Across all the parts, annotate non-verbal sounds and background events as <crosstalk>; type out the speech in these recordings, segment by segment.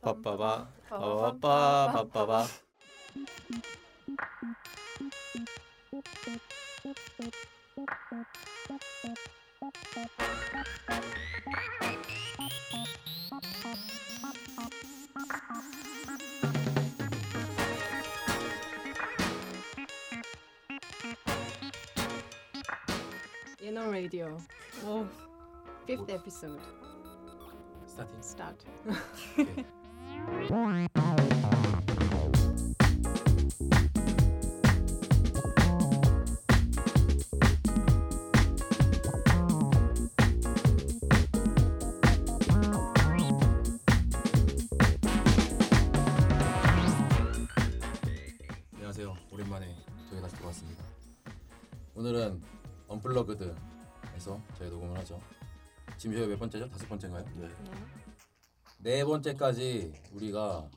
빠빠바 빠빠바 빠빠바 You know radio. 오, 뭐, fifth episode 네. 스타팅. start. 네. 안녕하세요. 오랜만에 저희 다시 돌아왔습니다. 오늘은 언플러그드에서 저희 녹음을 하죠. 지금 저희 몇 번째죠? 다섯 번째인가요? 네. 네 번째까지 우리가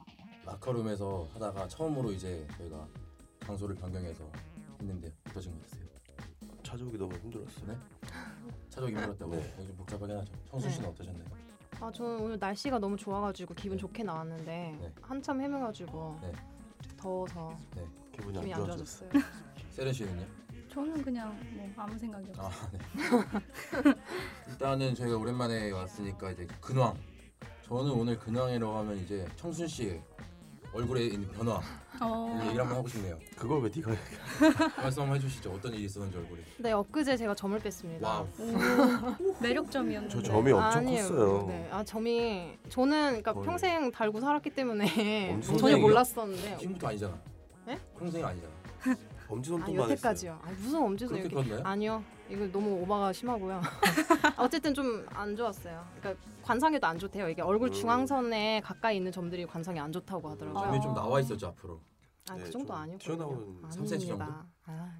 마카룸에서 하다가 처음으로 이제 저희가 장소를 변경해서 했는데 어떠신 것 같으세요? 찾아오기 너무 힘들었어요. 네? 찾아오기 힘들었다고 요좀 복잡하긴 하죠. 청순 네. 씨는 어떠셨나요? 아 저는 오늘 날씨가 너무 좋아가지고 기분 네. 좋게 나왔는데 네. 한참 헤매가지고 네. 더워서 기분이 기분이 안 안 좋아졌어요. 좋아졌어요. 세련 씨는요? 저는 그냥 뭐 아무 생각이 없어요. 아, 네. 일단은 저희가 오랜만에 왔으니까 이제 근황. 저는 오늘 근황이라고 하면 이제 청순 씨 얼굴에 있는 변화 어, 아, 얘기를 한번 하고 싶네요. 그걸 왜 네가 해? 말씀 한번 해주시죠. 어떤 일이 있었는지 얼굴에. 네 엊그제 제가 점을 뺐습니다. 와우. 오, 매력점이었는데. 네, 저 점이 네, 엄청 아니에요. 컸어요. 네, 아 점이 저는 그러니까 거의. 평생 달고 살았기 때문에 엄청 <laughs> 전혀 생기죠? 몰랐었는데 지금부터 아니잖아. 네? 평생이 아니잖아. 아 엄지손톱만 했어요. 여태까지요. 아 무슨 엄지손 그렇게 이렇게 컸나요? 아니요. 이거 너무 오바가 심하고요. 아, 어쨌든 좀 안 좋았어요. 그러니까 관상에도 안 좋대요. 이게 얼굴 음. 중앙선에 가까이 있는 점들이 관상이 안 좋다고 하더라고요. 점이 아. 좀 나와 있었죠 앞으로. 아, 네, 그 정도 좀 아니고. 튀어나온 3cm 정도? 아,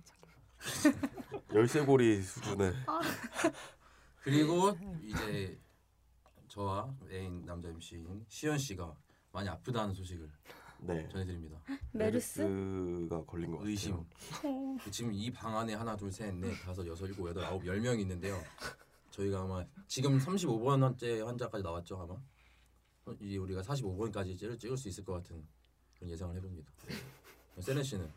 참. 열쇠고리 수준의 그리고 이제 저와 애인 남자 MC인 시현 씨가 많이 아프다는 소식을 네. 전해드립니다. 메르스? 메르스가 걸린 것 같아요. 의심. 어, 지금 이 방 안에 하나 둘셋넷 다섯 여섯 일곱 여덟 아홉 열 명이 있는데요. 저희가 아마 지금 35번째 환자까지 나왔죠 아마. 어, 이 우리가 45번까지 찍을, 찍을 수 있을 것 같은 그런 예상을 해봅니다. 네. 세련 씨는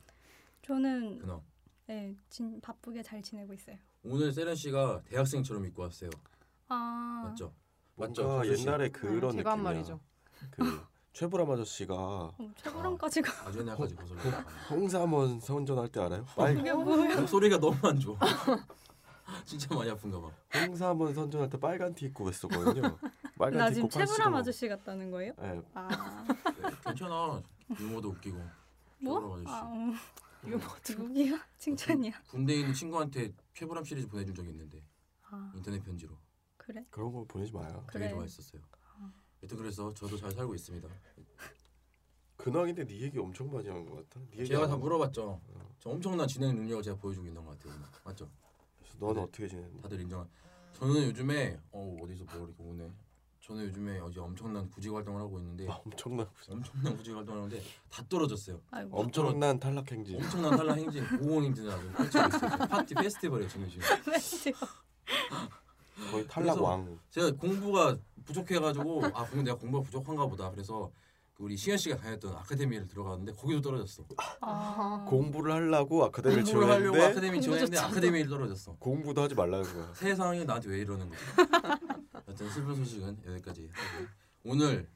저는 그나 네, 진 바쁘게 잘 지내고 있어요. 오늘 세련 씨가 대학생처럼 입고 왔어요. 아, 맞죠? 맞죠. 맞죠? 뭔가 수수 씨. 옛날에 그런 제가 한 느낌이야. 말이죠. 그 최불암 아저씨가 어, 최고랑까지가 아주 옛날까지 벗어나. 홍삼원 선전할 때 알아요? 빨 그게 뭐예요? 목소리가 너무 안 좋아. <laughs> 진짜 많이 아픈가 봐. 홍삼원 선전할 때 빨간 티 입고 했었거든요. 빨간 나 티 지금 입고 최불암 팔씨름. 아저씨 같다는 거예요? 예, 아, <laughs> 네, 괜찮아. 유머도 웃기고. 뭐? 최불암 아저씨. 아, 어, 유머 두 <laughs> 누구야? 칭찬이야. 군대 에 있는 친구한테 쾌불암 시리즈 보내준 적이 있는데 아, 인터넷 편지로. 그래? 그런 거 보내지 마요. 되게 그래. 음, 좋아했었어요. 여튼 그래서 저도 잘 살고 있습니다. 근황인데 네 얘기 엄청 많이 한 것 같아. 네 얘기 제가 안 다 하고. 물어봤죠. 저 엄청난 진행 능력을 제가 보여주고 있는 것 같아요. 맞죠? 그래서 너는 네. 어떻게 지냈니? 다들 인정한. 저는 요즘에 어 어디서 뭐 이렇게 오네. 저는 요즘에 어제 엄청난 구직 활동을 하고 있는데 아, <laughs> 엄청난 그 엄청난 구직 활동을 하는데 다 떨어졌어요. 아이고, 엄청난 탈락 행진. 엄청난 탈락 행진, <laughs> 고원 행진을 아주 펼치고 있어요. 파티 페스티벌이에요 지금 지금. 거의 탈락 그래서- 왕. 제가 공부가 부족해가지고 아 그럼 내가 공부가 부족한가 보다. 그래서 그 우리 시현 씨가 다녔던 아카데미를 들어갔는데 거기도 떨어졌어. 아, 공부를 하려고 아카데미를 공부를 하려고 지원했는데 아카데미 지원했는데 아카데미를 떨어졌어. 공부도 하지 말라는 <laughs> 거야. 세상이 나한테 왜 이러는 거지? <laughs> 여튼 슬픈 소식은 여기까지 하고 오늘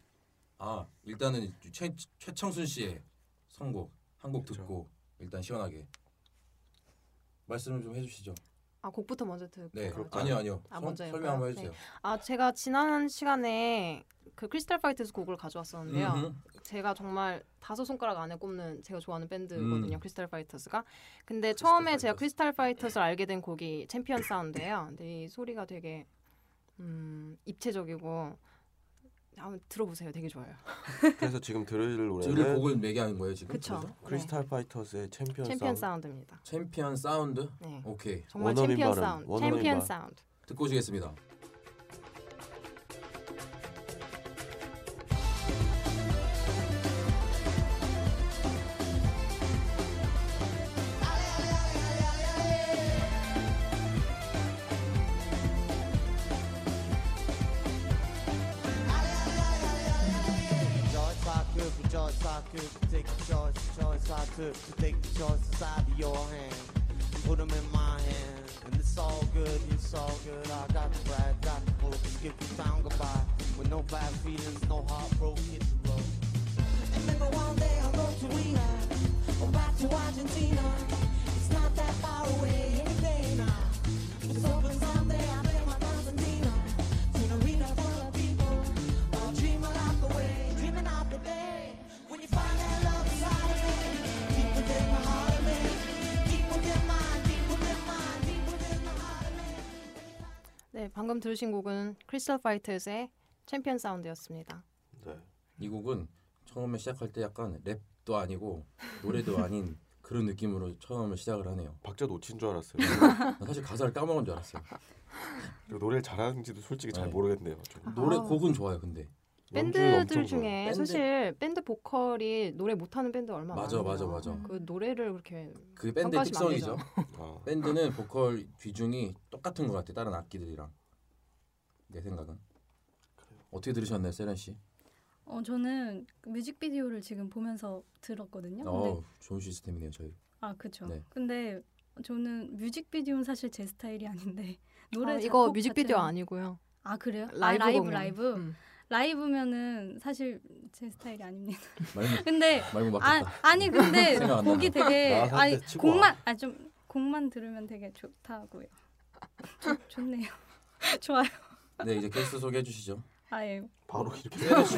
아 일단은 최 최청순 씨의 선곡 한 곡 그렇죠. 듣고 일단 시원하게 말씀을 좀 해주시죠. 아 곡부터 먼저 듣고. 네 그렇죠. 아니요 아니요 아, 선- 먼저 설명 한번 해볼까요? 해주세요. 아 제가 지난 시간에 그 크리스탈 파이트에서 곡을 가져왔었는데요. 음흠. 제가 정말 다섯 손가락 안에 꼽는 제가 좋아하는 밴드거든요. 음. 크리스탈 파이터스가. 근데 크리스탈 처음에 제가 파이터스. 크리스탈 파이터스를 알게 된 곡이 챔피언 사운드예요. 근데 이 소리가 되게 음, 입체적이고 한번 들어보세요. 되게 좋아요. 음, 그래서 지금 들을 저를 노래는 곡을 매개하는 거예요 지금. 그쵸? 그래서? 크리스탈 파이터스의 챔피언, 네. 챔피언 사운드입니다. 챔피언 사운드 네. 오케이 정말 원어민 챔피언 발음, 사운드. 원어민 챔피언 발음. 사운드. 듣고 오시겠습니다. 널 I could take a choice, choice I took to take the choices out of your hand and put 'em in my hand. And it's all good, it's all good. I got the ride, got the book, skip the town goodbye with no bad feelings, no heartbroken hit the road. Remember one day I'll go to Reno or back to Argentina. It's not that far away any day now. It's hoping someday I'll be my Argentina. To the Reno full of people. All dreaming out the way, dreaming out the day. When you find that love inside of me, deep within my heart of me. Deep within my, deep within my, deep within my heart of me. 네, 방금 들으신 곡은 크리스탈 파이터즈의 챔피언 사운드였습니다. 네. 이 곡은 처음에 시작할 때 약간 랩도 아니고 노래도 아닌 그런 느낌으로 처음에 시작을 하네요. 박자 놓친 줄 알았어요. 나 사실 가사를 까먹은 줄 알았어요. 그리고 노래를 잘하는지도 솔직히 잘 네. 모르겠네요. 좀. 노래 아. 곡은 좋아요, 근데 연주는 엄청 밴드들 중에 밴드- 사실 밴드 보컬이 노래 못하는 밴드 얼마 맞아, 많아요. 맞아, 맞아. 그 노래를 그렇게 그 밴드의 평가하시면 안 특성이죠. 좋아요. 아, 밴드는 보컬 비중이 똑같은 것 같아. 요 다른 악기들이랑 내 생각은. 어떻게 들으셨나요, 세련 씨? 어 저는 그 뮤직비디오를 지금 보면서 들었거든요. 근데 어, 좋은 시스템이네요, 저희. 아 그렇죠. 네. 근데 저는 뮤직비디오는 사실 제 스타일이 아닌데 노래 아, 이거 작곡 뮤직비디오 자체가- 아니고요. 아 그래요? 라이브 아, 라이브 공연. 라이브 음. 라이브면은 사실 제 스타일이 아닙니다. <laughs> 말고 근데 말고 아 막혔다. 아니 근데 <laughs> 생각 안 곡이 되게 나가서 아니 한대 치고 곡만 아좀 곡만 들으면 되게 좋다고요. <laughs> 좋, 좋네요. <laughs> 좋아요. 네, 이제 게스트 소개해 주시죠. 아예 바로 이렇게 네. 세련 씨,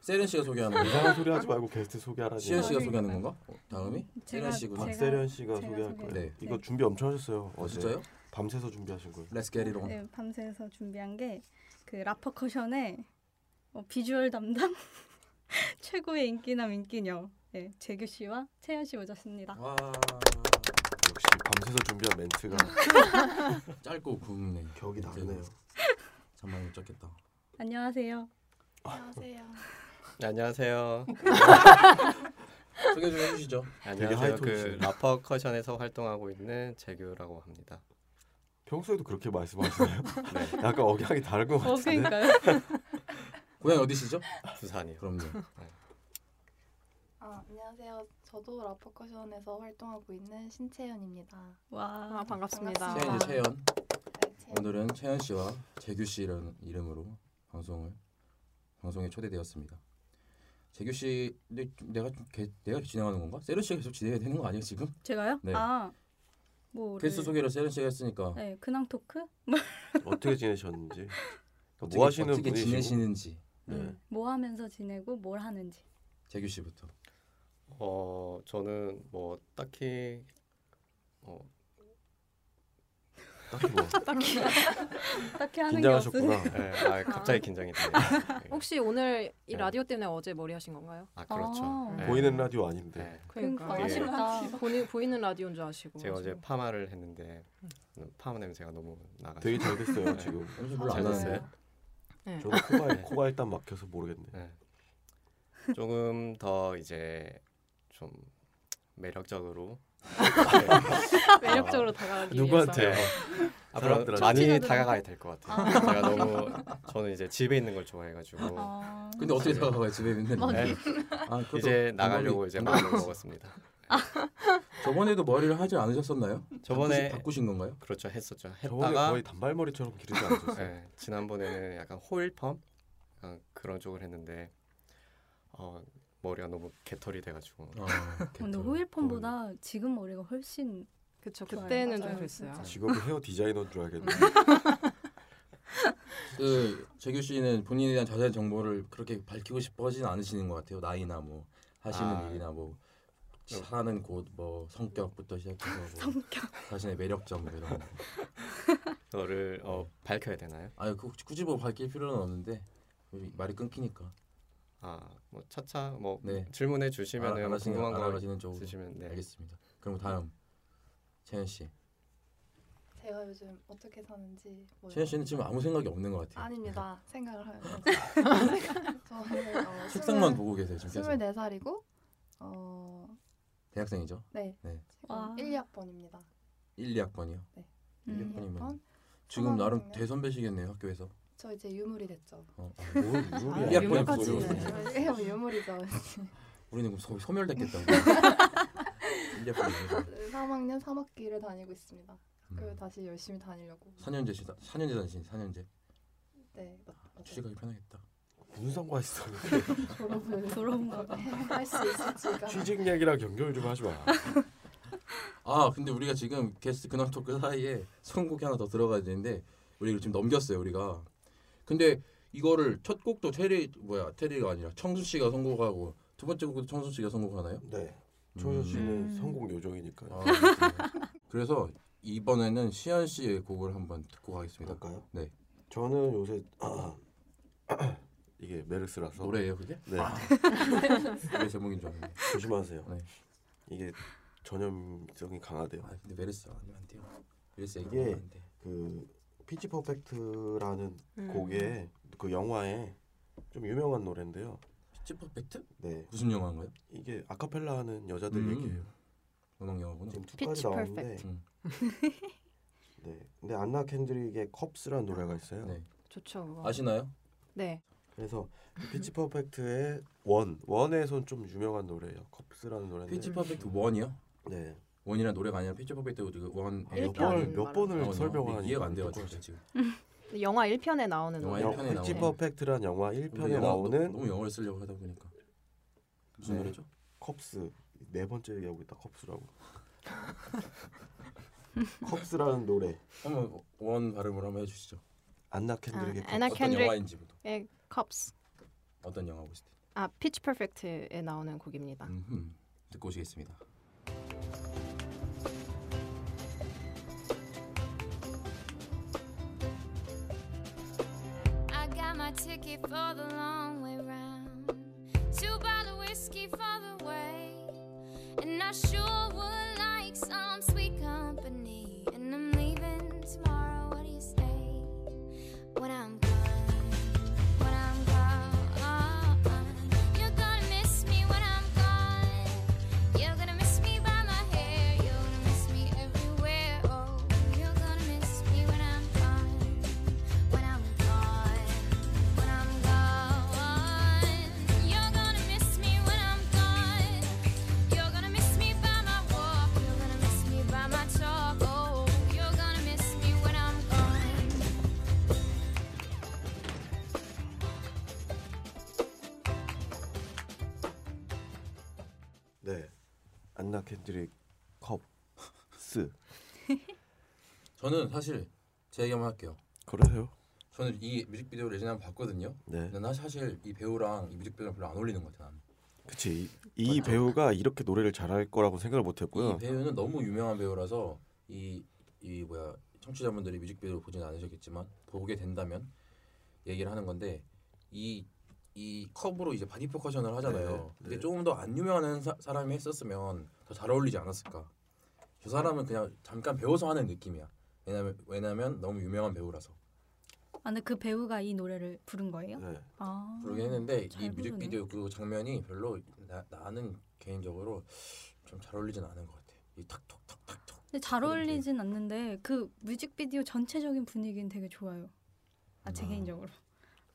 세련 씨가 소개하는 건가? 이상한 소리 하지 말고 게스트 소개하라니. 시현 씨가 나중에 소개하는 건가? 어, 다음이 세련 제가- 씨구나. 제가- 박세련 씨가 제가 소개할 소개- 거예요. 네. 이거 네. 준비 엄청 하셨어요. 어, 어제 진짜요? 밤새서 준비하신 거예요. Let's get it on. 네, 밤새서 준비한 게 그 라퍼커션의 어, 비주얼 담당 <laughs> 최고의 인기남 인기녀 네, 재규 씨와 채연 씨 오셨습니다. 와, 역시 밤새서 준비한 멘트가 네. 짧고 굵네. 격이 다르네요. 잠만 못 잤겠다. 안녕하세요. 안녕하세요. 네, 안녕하세요. 소개 좀 해주시죠. 안녕하세요. 하이톤이시네요. 그 라퍼 커션에서 활동하고 있는 재규라고 합니다. 평소에도 그렇게 <laughs> 말씀하시나요? 약간 억양이 다른 것 어 같은데. 그러니까요. 고향 어디시죠? 부산이요. 그럼요. 아, 안녕하세요. 저도 라퍼커션에서 활동하고 있는 신채연입니다. <laughs> 아, 와 반갑습니다. 채연 이제 채연. 네, 채연. 오늘은 채연 씨와 재규 씨라는 이름으로 방송을 방송에 초대되었습니다. 재규 씨, 내, 내가 좀 개, 내가 진행하는 건가? 세련 씨가 계속 진행해야 되는 거 아니에요 지금? 제가요? 네. 아 뭐. 게스트 소개를 세련 씨가 했으니까 네, 근황 토크? 어떻게 지내셨는지. 어떻게, 뭐 하시는 어떻게 분이시고? 지내시는지 네. 음, 뭐 하면서 지내고 뭘 하는지. 재규 씨부터. 어 저는 뭐 딱히 어, 딱히 뭐 딱히 하는 게 없으니. 긴장하셨구나. 네, 아, 갑자기 긴장이 되네요. 네. 혹시 오늘 이 네. 라디오 때문에 어제 머리 하신 건가요? 아 그렇죠. 아. 네. <laughs> 보이는 라디오 아닌데. 네. 그러니까 예. 아쉽다. 보니, 보이는 라디오인 줄 아시고. 제가 어제 지금. 파마를 했는데 파마 냄새가 너무 나가지고 되게 잘 됐어요 네. 지금. 냄새 별로 잘 안 됐어요? 나는데. 네. 저는 코가 코가 일단 막혀서 모르겠네. 네. 조금 더 이제 좀 매력적으로 네, 매력적으로 다가가기 아, 누구한테요? 위해서. 그 앞으로 사람들한테. 많이 청취자들한테? 다가가야 될 것 같아요. 아. 제가 너무 저는 이제 집에 있는 걸 좋아해가지고 아, 근데 어떻게 다가가요 집에 있는데? 네, 아, 그것도 이제 나가려고 방법이- 이제 마음을 먹었습니다. 저번에도 머리를 하지 않으셨었나요? 저번에 바꾸시- 바꾸신 건가요? 그렇죠 했었죠. 아, 저번에 했다가 거의 단발머리처럼 기르지 않으셨어요? 네, 지난번에는 약간 호일펌 약간 그런 쪽을 했는데 어, 머리가 너무 개털이 돼가지고 아, <laughs> 근데 호일폰보다 지금 머리가 훨씬 그쵸. 좋아요. 그때는 좀 맞아요, 그랬어요. 진짜. 직업이 헤어 디자이너인 줄 네. 알겠네. 그 재규 씨는 본인에 대한 자세한 정보를 그렇게 밝히고 싶어하진 않으시는 것 같아요. 나이나 뭐 하시는 아. 일이나 뭐 사는 곳 뭐 성격부터 시작해서 뭐 성격. 자신의 매력점 뭐 이런 거. 너를 네. 어, 밝혀야 되나요? 아니 그 굳이 뭐 밝힐 필요는 없는데 우리 말이 끊기니까 아 뭐 차차 뭐 네. 질문해 주시면은 알아- 알아시는- 궁금한 거 알아가시는 쪽으로 있으시면 네. 알겠습니다. 그럼 다음 채연 씨. 제가 요즘 어떻게 사는지 몰라요. 채연 씨는 지금 아무 생각이 없는 것 같아요. 아닙니다. 생각을 하면 <laughs> 저는 어, 책상만 보고 계세요 지금 계속. 24살이고 어, 대학생이죠. 네. 네. 와. 지금 1, 2학번입니다. 1, 2학번이요. 음. 지금 나름 대선배시겠네요 학교에서. 저 <laughs> 이제 유물이 됐죠. 어, 어. 아, 아, 뭘 유물이야? 약간 유명까지는. 보여요. 예, 유물이죠. 우리는 그럼 소, 소멸됐겠다. 그럼. <laughs> 이제 보내주세요. 3학년 3학기를 다니고 있습니다. 음. 학교를 그 다시 열심히 다니려고. 4년제 시다 4년제 다니신 4년제 네, 맞- 맞아요. 취직하기 편하겠다. 무슨 상관 <laughs> 있어? 졸업을 부러운가 봐. <laughs> 할수 있을지가. 취직 얘기랑 연결 좀 하지 마. 아 근데 우리가 지금 게스트 근황 토크 사이에 선곡이 하나 더 들어가야 되는데 우리 이걸 지금 넘겼어요 우리가. 근데 이거를 첫 곡도 테리 뭐야 테리가 아니라 청순 씨가 선곡하고 두 번째 곡도 청순 씨가 선곡하나요? 네. 조현 씨는 음. 성공 요정이니까요. 아, 그렇군요. 그래서 이번에는 시현 씨의 곡을 한번 듣고 가겠습니다. 될까요? 네. 저는 요새 <clears throat> 이게 메르스라서 노래예요 그게? 네 노래 제목인 줄 알았는데. 조심하세요. 네. 이게 전염성이 강하대요. 아 근데 메르스 아니면 안 돼요. 메르스 이게- 얘기하면 안 돼. 그 피치 퍼펙트라는 음. 곡에 그 영화에 좀 유명한 노래인데요. 피치 퍼펙트? 네 무슨 영화인가요? 이게 아카펠라 하는 여자들 음. 얘기예요. 음악 영화구나. 지금 피치 두까지 나왔는데 퍼펙트. 음. 네 근데 안나 캔드릭의 컵스라는 노래가 있어요. 네. 좋죠. 그거. 아시나요? 네. 그래서 이 피치 퍼펙트의 원 원에선 좀 유명한 노래예요. 컵스라는 노래인데 피치 퍼펙트 1이요? 네 원이라는 노래가 아니라 피치 퍼펙트 그 원 아, 일 몇 편 번을 몇 말하는 번을 아, 설명하니 이해가 안 돼가지고 지금 근데 영화 1편에 나오는 네. 영화 노래. 일 편에 피치 나오는. 퍼펙트란 그 영화 우리 1편에 영어- 나오는 너무 영어를 쓰려고 하다 보니까 무슨 네. 노래죠? 컵스 네 번째 얘기하고 있다 컵스라고 <laughs> 컵스라는 노래 한번 원 발음을 한번 해주시죠. 안나 캔드릭의 아, 안나 컵스. 어떤 캔드릭. 영화인지부터 의 컵스. 어떤 영화 보실 때 네, 아, 피치 퍼펙트에 나오는 곡입니다. 음흠. 듣고 오시겠습니다. I got my ticket for the long way round. Two bottle whiskey for the way. And I sure would like some sweet company. And I'm leaving tomorrow. What do you say? When I'm gone, when I'm gone. You're gonna miss me when I'm gone. You're gonna miss me by my hair. You're gonna miss me everywhere. Oh, you're gonna miss me when I'm gone. When I'm gone, when I'm gone, you're gonna miss me when I'm gone. You're gonna miss me by my walk, you're gonna miss me by my talk. Oh, you're gonna miss me when I'm gone. 네 안나 캔드릭 컵스 저는 사실 제 얘기만 할게요. 그러세요? 저는 이 뮤직비디오 레진 한번 봤거든요. 네 근데 나 사실 이 배우랑 이 뮤직비디오랑 별로 안 어울리는 것 같아. 나는. 그치 이, 이 배우가 이렇게 노래를 잘할 거라고 생각을 이 못했고요 배우는 너무 유명한 배우라서 이, 이 뭐야 청취자분들이 뮤직비디오를 보진 않으셨겠지만 보게 된다면 얘기를 하는 건데 이, 이 컵으로 이제 바디 퍼커션을 하잖아요. 네, 근데 네. 조금 더 안 유명한 사, 사람이 했었으면 더 잘 어울리지 않았을까. 저 사람은 그냥 잠깐 배워서 하는 느낌이야. 왜냐면 왜냐면 너무 유명한 배우라서 아, 근데 그 배우가 이 노래를 부른 거예요? 네. 어? 아. 그러긴 했는데 잘 이 부르네. 뮤직비디오 그 장면이 별로 나, 나는 개인적으로 좀 잘 어울리진 않은 것 같아. 이 탁톡탁탁톡. 근데 잘 어울리진 않는데 그 뮤직비디오 전체적인 분위기는 되게 좋아요. 아, 제 음. 개인적으로.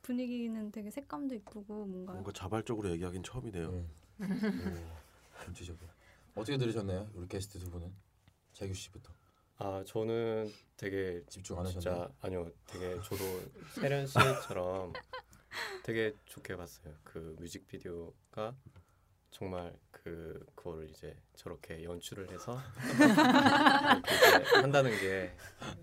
분위기는 되게 색감도 이쁘고 뭔가 뭔가 자발적으로 얘기하긴 처음이네요 전체적으로 어떻게 들으셨나요? 우리 게스트 두 분은 재규 씨부터 아 저는 되게 집중 안 하셨나요? 진짜 아니요 되게 저도 세련 씨처럼 되게 좋게 봤어요 그 뮤직비디오가 정말 그 그거를 이제 저렇게 연출을 해서 이렇게 이제 한다는 게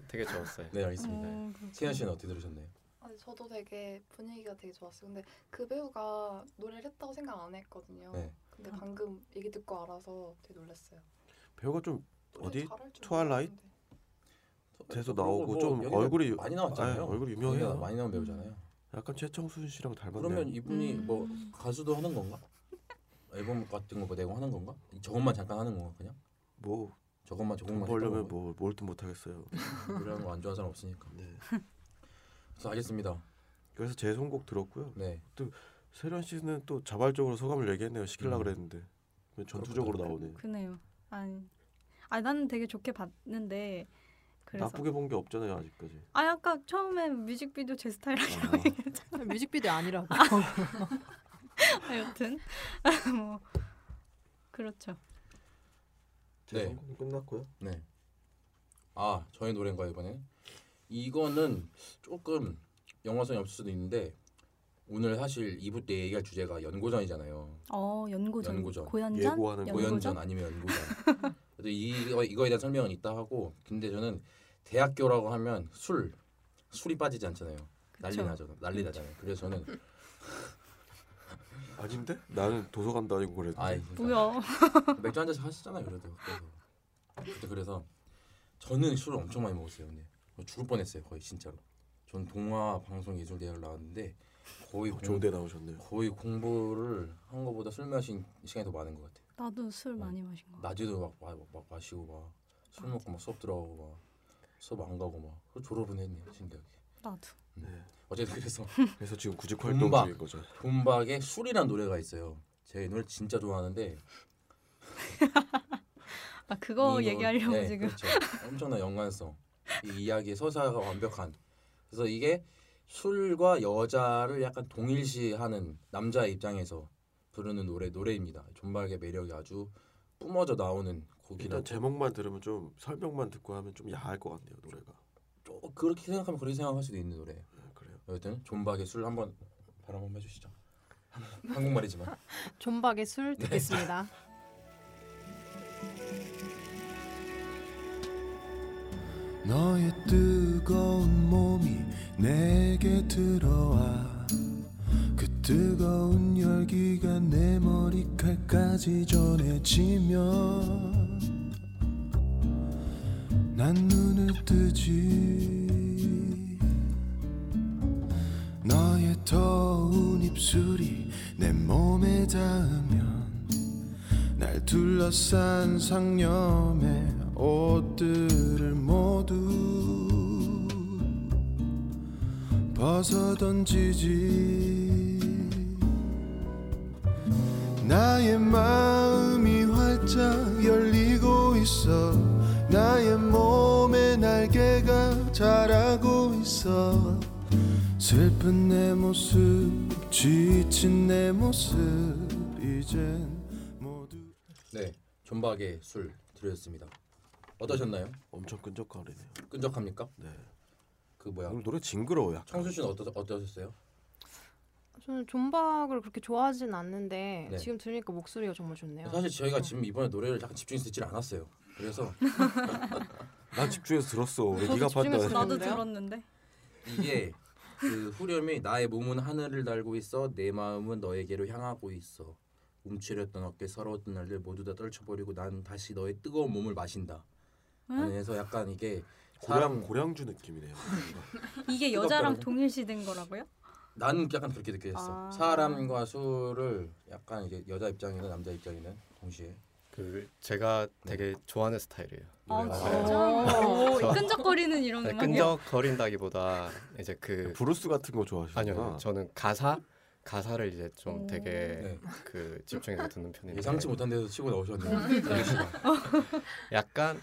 되게 좋았어요 네 알겠습니다. 어, 그렇구나. 세현 씨는 어떻게 들으셨나요? 아니, 저도 되게 분위기가 되게 좋았어요. 근데 그 배우가 노래를 했다고 생각 안 했거든요. 네. 근데 방금 얘기 듣고 알아서 되게 놀랐어요. 배우가 좀 어디? 트와일라이트? 트와일라이트? 돼서 그리고 나오고 뭐 좀 여기가 얼굴이 많이 나왔잖아요. 아, 얼굴이 여기가 유명해요 음. 네. 많이 나온 배우잖아요. 약간 최청순 씨랑 닮았네요 그러면 이분이 음. 뭐 가수도 하는 건가? 앨범 같은 거뭐 내고 하는 건가? 저것만 잠깐 하는 건가 그냥? 뭐 저것만 돈 저것만 벌려면 뭐 뭘든 못하겠어요 이런 거안 좋아하는 사람 없으니까. 네. 그래서 알겠습니다. 그래서 제 선곡 들었고요 네. 세련 씨는 또 자발적으로 소감을 얘기했네요. 시킬라 음. 그랬는데 그냥 전투적으로 그렇구나. 나오네. 그네요. 아니, 아 나는 되게 좋게 봤는데 그래서 나쁘게 본 게 없잖아요 아직까지. 아 아까 처음에 뮤직비디오 제 <laughs> 스타일이라고 아. 얘기했잖아요. 뮤직비디오 아니라고. 하여튼 <laughs> 뭐 그렇죠. 제 네. 선곡은 끝났고요. 네. 아, 저의 노래인가 이번에. 이거는 조금 연관성이 없을 수도 있는데 오늘 사실 2부 때 얘기할 주제가 연고전이잖아요. 어 연고전, 연고전. 고연전, 예고하는 연고전? 고연전 아니면 연고전. <laughs> 그래서 이 이거에 대한 설명은 이따 하고 근데 저는 대학교라고 하면 술 술이 빠지지 않잖아요. 난리 그쵸. 음. 나죠. 난리 나잖아요. 그래서 저는 아닌데? 나는 도서관 다니고 그랬는데. 아이 그러니까 뭐야? 맥주 한 잔씩 하시잖아요 그래도 그래서 그때 그래서 저는 술을 엄청 많이 먹었어요 근데 죽을 뻔했어요 거의 진짜로 전 동화 방송 예술 대학을 나왔는데 거의 공, 종대 어, 나오셨네요. 거의 공부를 한 거보다 술 마신 시간이 더 많은 것 같아요 나도 술 많이 마신 거. 낮에도 막, 마- 막, 막 마시고 막 술 먹고 막 수업 들어가고 막 수업 안 가고 막 그래서 졸업은 했네요 신기하게 나도. 어쨌든 그래서 그래서 지금 구직 활동 음악. 중인 거죠. 봄박의 술이란 노래가 있어요 제이 노래 진짜 좋아하는데 아 그거 이 노- 얘기하려고 네, 지금. <laughs> 그렇죠. 엄청난 연관성 이 이야기의 서사가 완벽한 그래서 이게 술과 여자를 약간 동일시하는 남자의 입장에서 부르는 노래 노래입니다 존박의 매력이 아주 뿜어져 나오는 곡이라 일단 제목만 들으면 좀 설명만 듣고 하면 좀 야할 것 같네요 노래가. 그렇게 생각하면 그렇게 생각할 수도 있는 노래 네, 그래요. 여튼 존박의 술 한번 바람 한번 해주시죠 <laughs> 한국말이지만 <laughs> 존박의 술 듣겠습니다. 너의 뜨거운 몸이 내게 들어와 그 뜨거운 열기가 내 머리칼까지 전해지면 난 눈을 뜨지 너의 더운 입술이 내 몸에 닿으면 날 둘러싼 상념의 옷들을 모두 벗어 던지지 나의 마음이 활짝 열리고 있어 나의 몸에 날개가 자라고 있어 슬픈 내 모습 지친 내 모습 이젠 모두 네 존박의 술 들으셨습니다 어떠셨나요 엄청 끈적거리네요. 끈적합니까 네. 그 뭐야 오늘 노래 징그러워요. 약간. 청수 씨는 어떠 어떠셨어요 저는 존박을 그렇게 좋아하진 않는데 네. 지금 들으니까 목소리가 정말 좋네요. 사실 저희가 지금 이번에 노래를 약간 집중해서 듣질 않았어요. 그래서 난 집중해서 들었어. 왜 저도 네가 판단해? 집중해서 들었는데요? 나도 들었는데. 이게 그 후렴이 나의 몸은 하늘을 달고 있어 내 마음은 너에게로 향하고 있어 움츠렸던 어깨 서러웠던 날들 모두 다 떨쳐버리고 난 다시 너의 뜨거운 몸을 마신다. 응? 그래서 약간 이게 <laughs> 고량 사람 고량주 느낌이네요. 이게 뜨겁다는 여자랑 거. 동일시된 거라고요? 나는 약간 그렇게 느껴졌어. 아. 사람과 술을 약간 이게 여자 입장이나 남자 입장이나 동시에 그 제가 네. 되게 좋아하는 스타일이에요. 아 노래가 진짜. 오, 이 어, 끈적거리는 이런 네, 음악이요? 끈적거린다기보다 이제 그 브루스 같은 거 좋아하시나? 아니요 저는 가사 가사를 이제 좀 오. 되게 네. 그 집중해서 듣는 편인데 예상치 못한 데서 치고 나오셨네요. 약간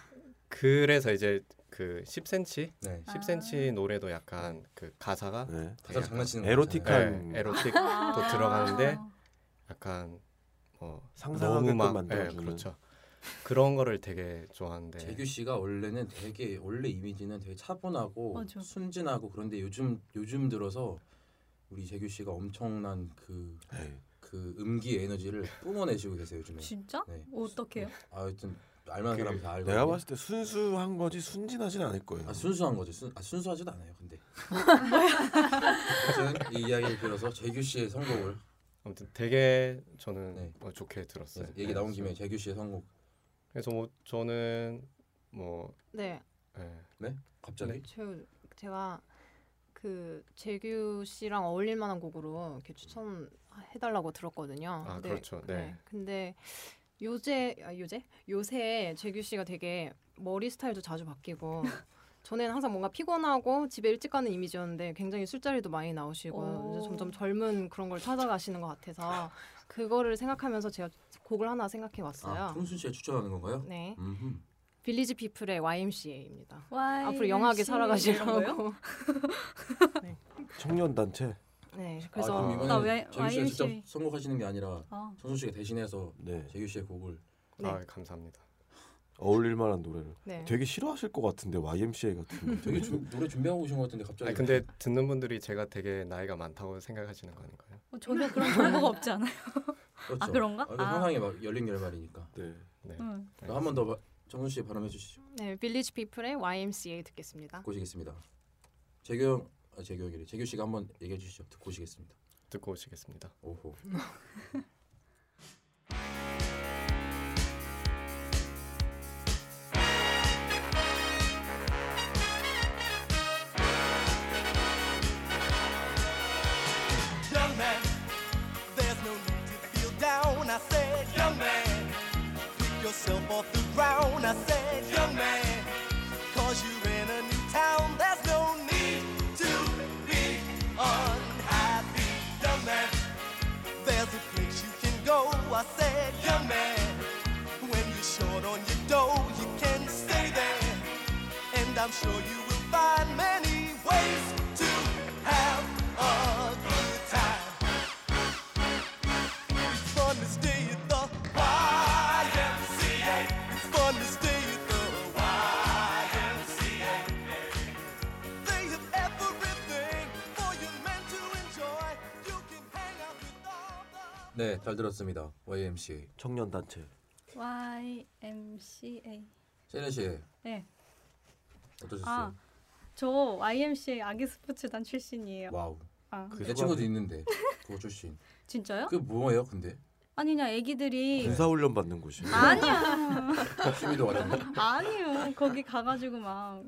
그래서 이제 그 10cm 네. 10cm 노래도 약간 그 가사가 네. 음, 가사 장난치는 거 에로틱한- 네, 에로틱도 들어가는데 약간 뭐 상상하게끔 너무 막- 만들어주는. 예, 그렇죠. 그런 거를 되게 좋아하는데 네. 재규 씨가 원래는 되게 원래 이미지는 되게 차분하고 맞아. 순진하고 그런데 요즘 요즘 들어서 우리 재규 씨가 엄청난 그 그 에이, 음기 에너지를 뿜어내시고 계세요 요즘에. 진짜? 네. 어떡해요? 아여튼 알만한 그- 사람 다 알고. 내가 봤을 때 순수한 거지 순진하진 않을 거예요. 아, 순수한 거죠. 순, 아, 순수하지도 않아요. <laughs> 근데. 아무튼 이 이야기를 들어서 재규 씨의 선곡을 네. 아무튼 되게 저는 네. 어, 좋게 들었어요. 그래서 얘기 네, 나온 김에 그래서- 재규 씨의 선곡 그래서 뭐 저는 뭐 네, 예, 갑자기 네. 저, 제가 그 재규 씨랑 어울릴 만한 곡으로 이렇게 추천해달라고 들었거든요. 아, 근데- 그렇죠. 네. 근데 요새 아, 요새 요새 재규 씨가 되게 머리 스타일도 자주 바뀌고 전에는 항상 뭔가 피곤하고 집에 일찍 가는 이미지였는데 굉장히 술자리도 많이 나오시고 오. 이제 점점 젊은 그런 걸 찾아가시는 것 같아서 그거를 생각하면서 제가 곡을 하나 생각해 아, 왔어요. 청순 씨가 추천하는 건가요? 네, 음. 빌리지 피플의 YMCA입니다. 와, 앞으로 영하게 이런 거예요? 살아가시라고. 청년 단체 <laughs> 네, 아, 그래서 그럼 나 이번에 왜- 재규 씨가 YMCA. 직접 선곡하시는 게 아니라 아, 성준 씨가 대신해서 네. 재규 씨의 곡을 아 감사합니다. 어울릴 만한 노래를. 네. 되게 싫어하실 것 같은데 YMCA 같은 거. <laughs> 되게 주, 노래 준비하고 오신 것 같은데 갑자기 아 근데 듣는 분들이 제가 되게 나이가 많다고 생각하시는 거 아닌가요? 어, 전혀 그런 정보가 없지 않아요? 그렇죠. 아, 그런가? 이거 아. 상황이 막 열린 결말이니까. 네. 네. 응. 한 번 더 정순 씨 발음해 주시죠. 네, 빌리지 피플의 YMCA 듣겠습니다. 고시겠습니다. 재규 형, 아, 재규 형이래. 재규 씨가 한번 얘기해 주시죠. 듣고 오시겠습니다. 듣고 오시겠습니다. 오호. Young man, there's no need to feel down. I said, young man, pick yourself off the ground. I said, young man, cause you're in a new town. There's no need to be unhappy. Young man, there's a place you can go. I said, young man, when you're short on your dough, you can stay there. And I'm sure you will find many ways to have a good time. It's fun to stay at the YMCA. It's fun to stay at the YMCA. They have everything for you meant to enjoy. You can hang out with all the 네, 잘 들었습니다. YMCA. 청년 단체. YMCA. 세련 씨 네. 어떠셨어요? 아, 저 YMCA 아기 스포츠단 출신이에요. 와우. 아, 그 내 친구도 있는데 그거 출신. 진짜요? 그 뭐예요, 근데? 아니냐, 애기들이 군사 훈련 받는 곳이. 아니야. <laughs> 취미도 왔는데. 아니요. 거기 가가지고 막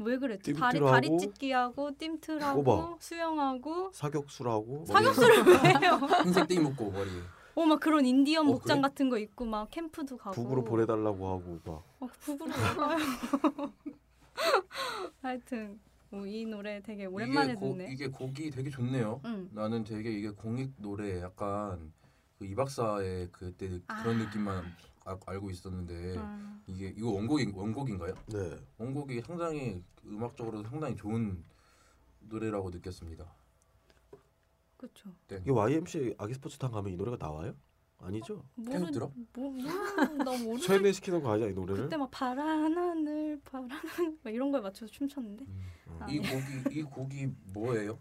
왜 그랬지? 다리 띠부띠부하고, 다리 찢기하고 띰틀하고 꼬박. 수영하고 사격수라고. 사격수를 왜요? 흰색 띠 묶고 머리에. 어 막 그런 인디언 어, 복장 그래? 같은 거 입고 막 캠프도 가고 북으로 보내달라고 하고 막. 어, 북으로 가요. <laughs> 하여튼 뭐, 이 노래 되게 오랜만에 이게 곡- 듣네. 이게 곡이 되게 좋네요. 응. 나는 되게 이게 공익 노래 약간 그 이박사의 그때 느- 아. 그런 느낌만 아- 알고 있었는데 아, 이게 이거 원곡인 원곡인가요? 네. 원곡이 상당히 음악적으로 상당히 좋은 노래라고 느꼈습니다. 그렇죠. 네. 이게 YMCA 아기 스포츠단 가면 이 노래가 나와요? 아니죠? 계속 들어? 뭐, 모르- <laughs> 나 모르. 세뇌시키는 거 아니야 이 노래를? 그때 막 파란 하늘 파란 하늘 <laughs> 막 이런 거에 맞춰서 춤췄는데. 음. 아, 이 곡이 이 곡이 뭐예요?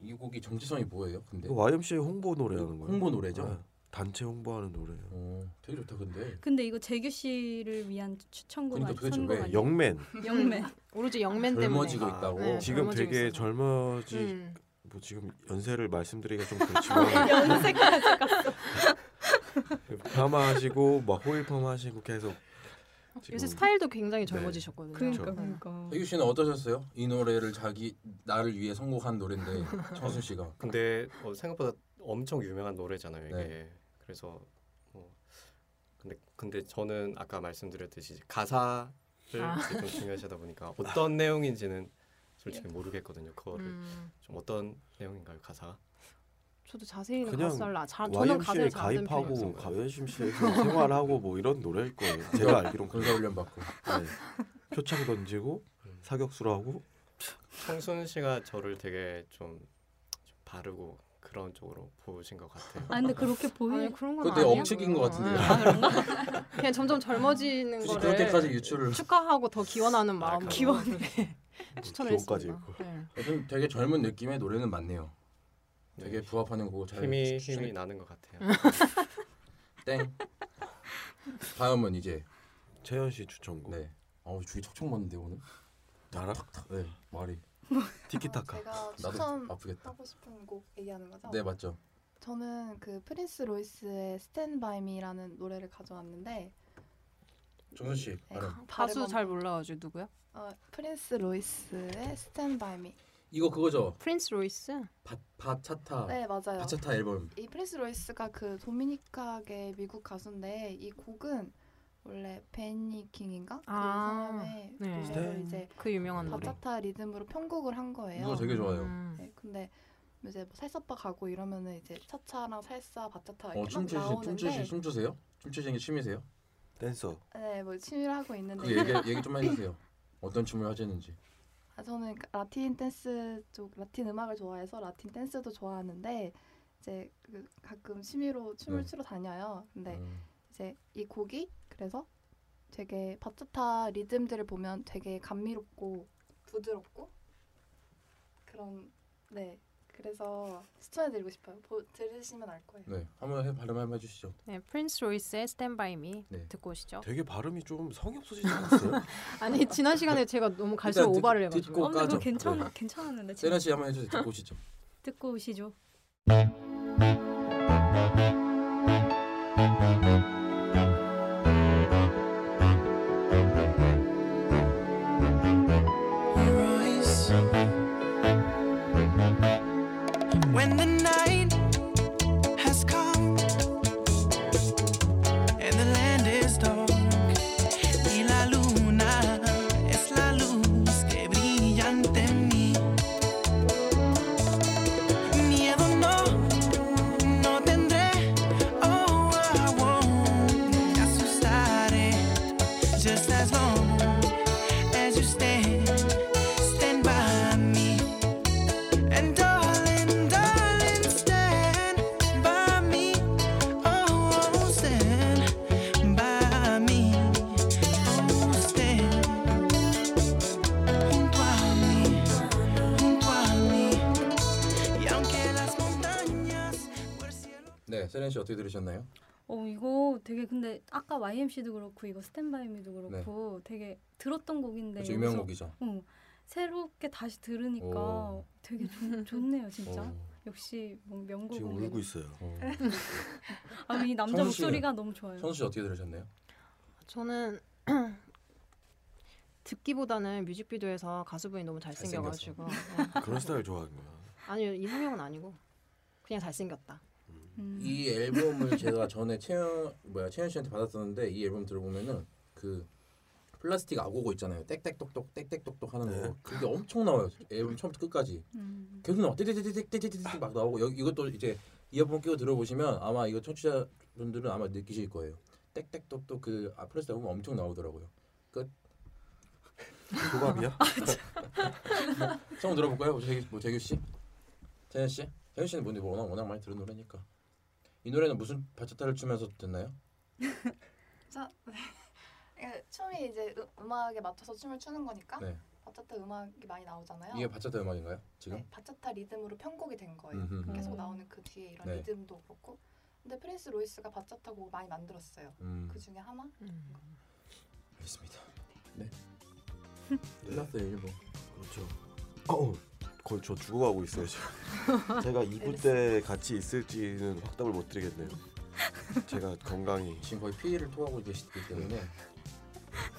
이 곡이 정체성이 뭐예요? 근데 이거 YMCA 홍보 노래하는 거예요. 홍보 노래죠? 네. 단체 홍보하는 노래예요. 어, 되게 좋다 근데 근데 이거 재규 씨를 위한 추천곡 그러니까 아니- 도대체 선곡 왜 아니에요? 영맨. 영맨. 오로지 영맨 때문에. 젊어지고 아, 있다고. 네. 지금 젊어지고 되게 있어서. 젊어지 음. 뭐 지금 연세를 말씀드리기가 좀 그렇지만 연세까지 <laughs> 갔어. 파마하시고 막 호일펌하시고 계속 지금 요새 스타일도 굉장히 젊어지셨거든요. <laughs> 네. 그러니까 그렇죠. 그러니까. 태규 씨는 어떠셨어요? 이 노래를 자기 나를 위해 선곡한 노래인데 정순 씨가 근데 어, 생각보다 엄청 유명한 노래잖아요 이게. 네. 그래서 뭐 근데 근데 저는 아까 말씀드렸듯이 이제 가사를 아. 이제 좀 중요시하다 보니까 어떤 내용인지는 솔직히 모르겠거든요. 그거를 네. 음, 좀 어떤 내용인가요 가사가? 저도 자세히는 그냥 가사를 아, 잘 저는 YMCA 가사를 잘 안 듣는 가입하고 편이어서. 가- YMCA에서 생활하고 뭐 이런 노래일 거예요. 제가 알기론 군사 훈련 받고 네. 표창 던지고 사격수로 하고 네, 청순 씨가 저를 되게 좀, 좀 바르고 그런 쪽으로 보신 것 같아요. 아 근데 그렇게 보이 아니 그런 건 그것도 아니야. 억측인 것 같은데요. 아, 그런가? 그냥 점점 젊어지는 굳이 거를 그렇게까지 유출을 축하하고 더 기원하는 아, 마음으로 기원. 뭐 추천을 기원까지 했습니다. 네. 요즘 되게 젊은 느낌의 노래는 많네요. 되게 음. 네. 네. 부합하는 곡을 잘 힘이 추- 힘이 추- 나는 것 같아요. <laughs> <laughs> 땡. 다음은 이제 채연 씨 추천곡 네. 아우 주위 척척 맞는데 오늘. 나랑 탁탁. 네 말이 티키타카 제가 나도 추천하고 아프겠다. 싶은 곡 얘기하는 거죠? 네 맞죠. 저는 그 프린스 로이스의 Stand By Me라는 노래를 가져왔는데 정순 씨 네, 발음. 가수 발음은- 잘 몰라가지고 누구야? 어, 프린스 로이스의 Stand By Me. 이거 그거죠. 프린스 로이스? 바 바차타 네 맞아요. 바차타 앨범. 이 프린스 로이스가 그 도미니카계 미국 가수인데 이 곡은 원래 베니 킹인가 아, 그 사람의 네. 노래를 이제 그 유명한 노래. 바차타 리듬으로 편곡을 한 거예요. 이거 음, 어, 되게 좋아요. 음. 네, 근데 이제 뭐 살사빠 가고 이러면은 이제 차차랑 살사 바차타 어 아, 이렇게 막 춤추시 춤추시 나오는데 춤추세요? 춤추시는 게 취미세요? 댄서 어, 네뭐 취미를 하고 그 있는데 얘기 얘기 좀 해주세요. 어떤 춤을 하시는지. 아, 저는 그 라틴 댄스 쪽 라틴 음악을 좋아해서 라틴 댄스도 좋아하는데 이제 그 가끔 취미로 춤을 네. 추러 다녀요. 근데 음. 이제 이 곡이 그래서 되게 바차타 리듬들을 보면 되게 감미롭고 부드럽고 그런 네 그래서 추천해드리고 싶어요. 보, 들으시면 알 거예요. 네, 한번 해, 발음 한번 해주시죠. 네, 프린스 로이스의 Stand By Me 네. 듣고 오시죠. 되게 발음이 좀 성의 없어지지 않았어요? 아니 지난 시간에 제가 너무 갈수록 듣- 오바를 듣고 해가지고 어, 근데 까죠. 그거 괜찮 네. 괜찮았는데 지금 세련 씨 한번 해주세요. 듣고 오시죠. 듣고 오시죠. Rise. When the night has come and the land is dark, y la luna es la luz que brilla ante mí. Miedo no, no tendré. Oh, I won't me asustaré. Just as long as you stand. Stand by me, and darling, darling, stand by me. Oh, stand by me. Oh, stand junto a mí, junto a mí. Y aunque las montañas por el cielo 네, 세련 씨 어떻게 들으셨나요? 네, 어 이거 되게 근데 아까 YMC도 그렇고 이거 스탠바이미도 그렇고 되게 들었던 곡인데 아주 그렇죠. 유명한 여기서 곡이죠. 어, 새롭게 다시 들으니까 오. 되게 좋, 좋네요 진짜. 오. 역시 뭐 명곡은 지금 네. 울고 있어요. 어. 아, 이 남자 선우 씨는- 목소리가 너무 좋아요. 선수 씨 어떻게 들으셨나요? 저는 <clears throat> 듣기보다는 뮤직비디오에서 가수분이 너무 잘생겨가지고 네. 그런 스타일 좋아하는 거야. 아니요 이상형은 아니고 그냥 잘생겼다. 음. 이 앨범을 제가 전에 채연 뭐야 채연 씨한테 받았었는데 이 앨범 들어보면은 그 플라스틱 아고고 있잖아요. 땡땡똑똑 땡땡똑똑 하는 거. 그게 엄청 나와요. 앨범 처음부터 끝까지 음. 계속 나와. 땡땡땡땡땡땡땡 막 나오고 여기 이것도 이제 이어폰 끼고 들어보시면 아마 이거 청취자분들은 아마 느끼실 거예요. 땡땡똑똑 그 아, 플라스틱 아고고 엄청 나오더라고요. <laughs> 조갑이야? 아, <laughs> 처음 들어볼까요? 뭐 재규, 뭐 재규 씨, 재현 씨, 재현 씨는 뭔데 뭐 워낙 워낙 많이 들은 노래니까. 이 노래는 무슨 바차타를 추면서 듣나요? 자, <laughs> 네. 춤이 이제 음- 음악에 맞춰서 춤을 추는 거니까 네. 바차타 음악이 많이 나오잖아요. 이게 바차타 음악인가요? 지금? 네, 바차타 리듬으로 편곡이 된 거예요. 음, 음, 계속 음. 나오는 그 뒤에 이런 네. 리듬도 그렇고. 근데 프린스 로이스가 바차타 곡을 많이 만들었어요. 음. 그 중에 하나? 알겠습니다. 네. 끝났어요 뭐. 일본. 네, 그렇죠. 어우, 거의 저 죽어가고 있어요 <laughs> 지금. 제가 2부 때 같이 있을지는 확답을 못 드리겠네요. 제가 건강히 지금 거의 피해를 토하고 계시기 때문에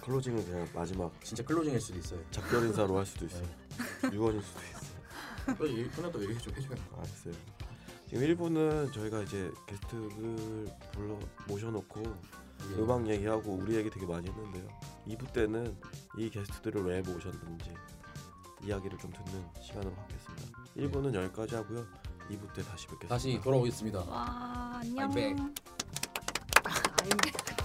클로징은 그냥 마지막 진짜 클로징일 수도 있어요. 작별 인사로 할 수도 있어요. 유언일 수도 있어요. 빨리 일 아, 예, 끝났다고 얘기 좀 해줘요. 알았어요. 아, 지금 1부는 저희가 이제 게스트를 불러 모셔놓고 음악 얘기하고 우리 얘기 되게 많이 했는데요. 2부 때는 이 게스트들을 왜 모셨는지 이야기를 좀 듣는 시간으로 갖겠습니다. 1부는 여기까지 하고요. 2부 때 다시 뵙겠습니다. 다시 돌아오겠습니다. 와 안녕. I'm back. 아닙니다.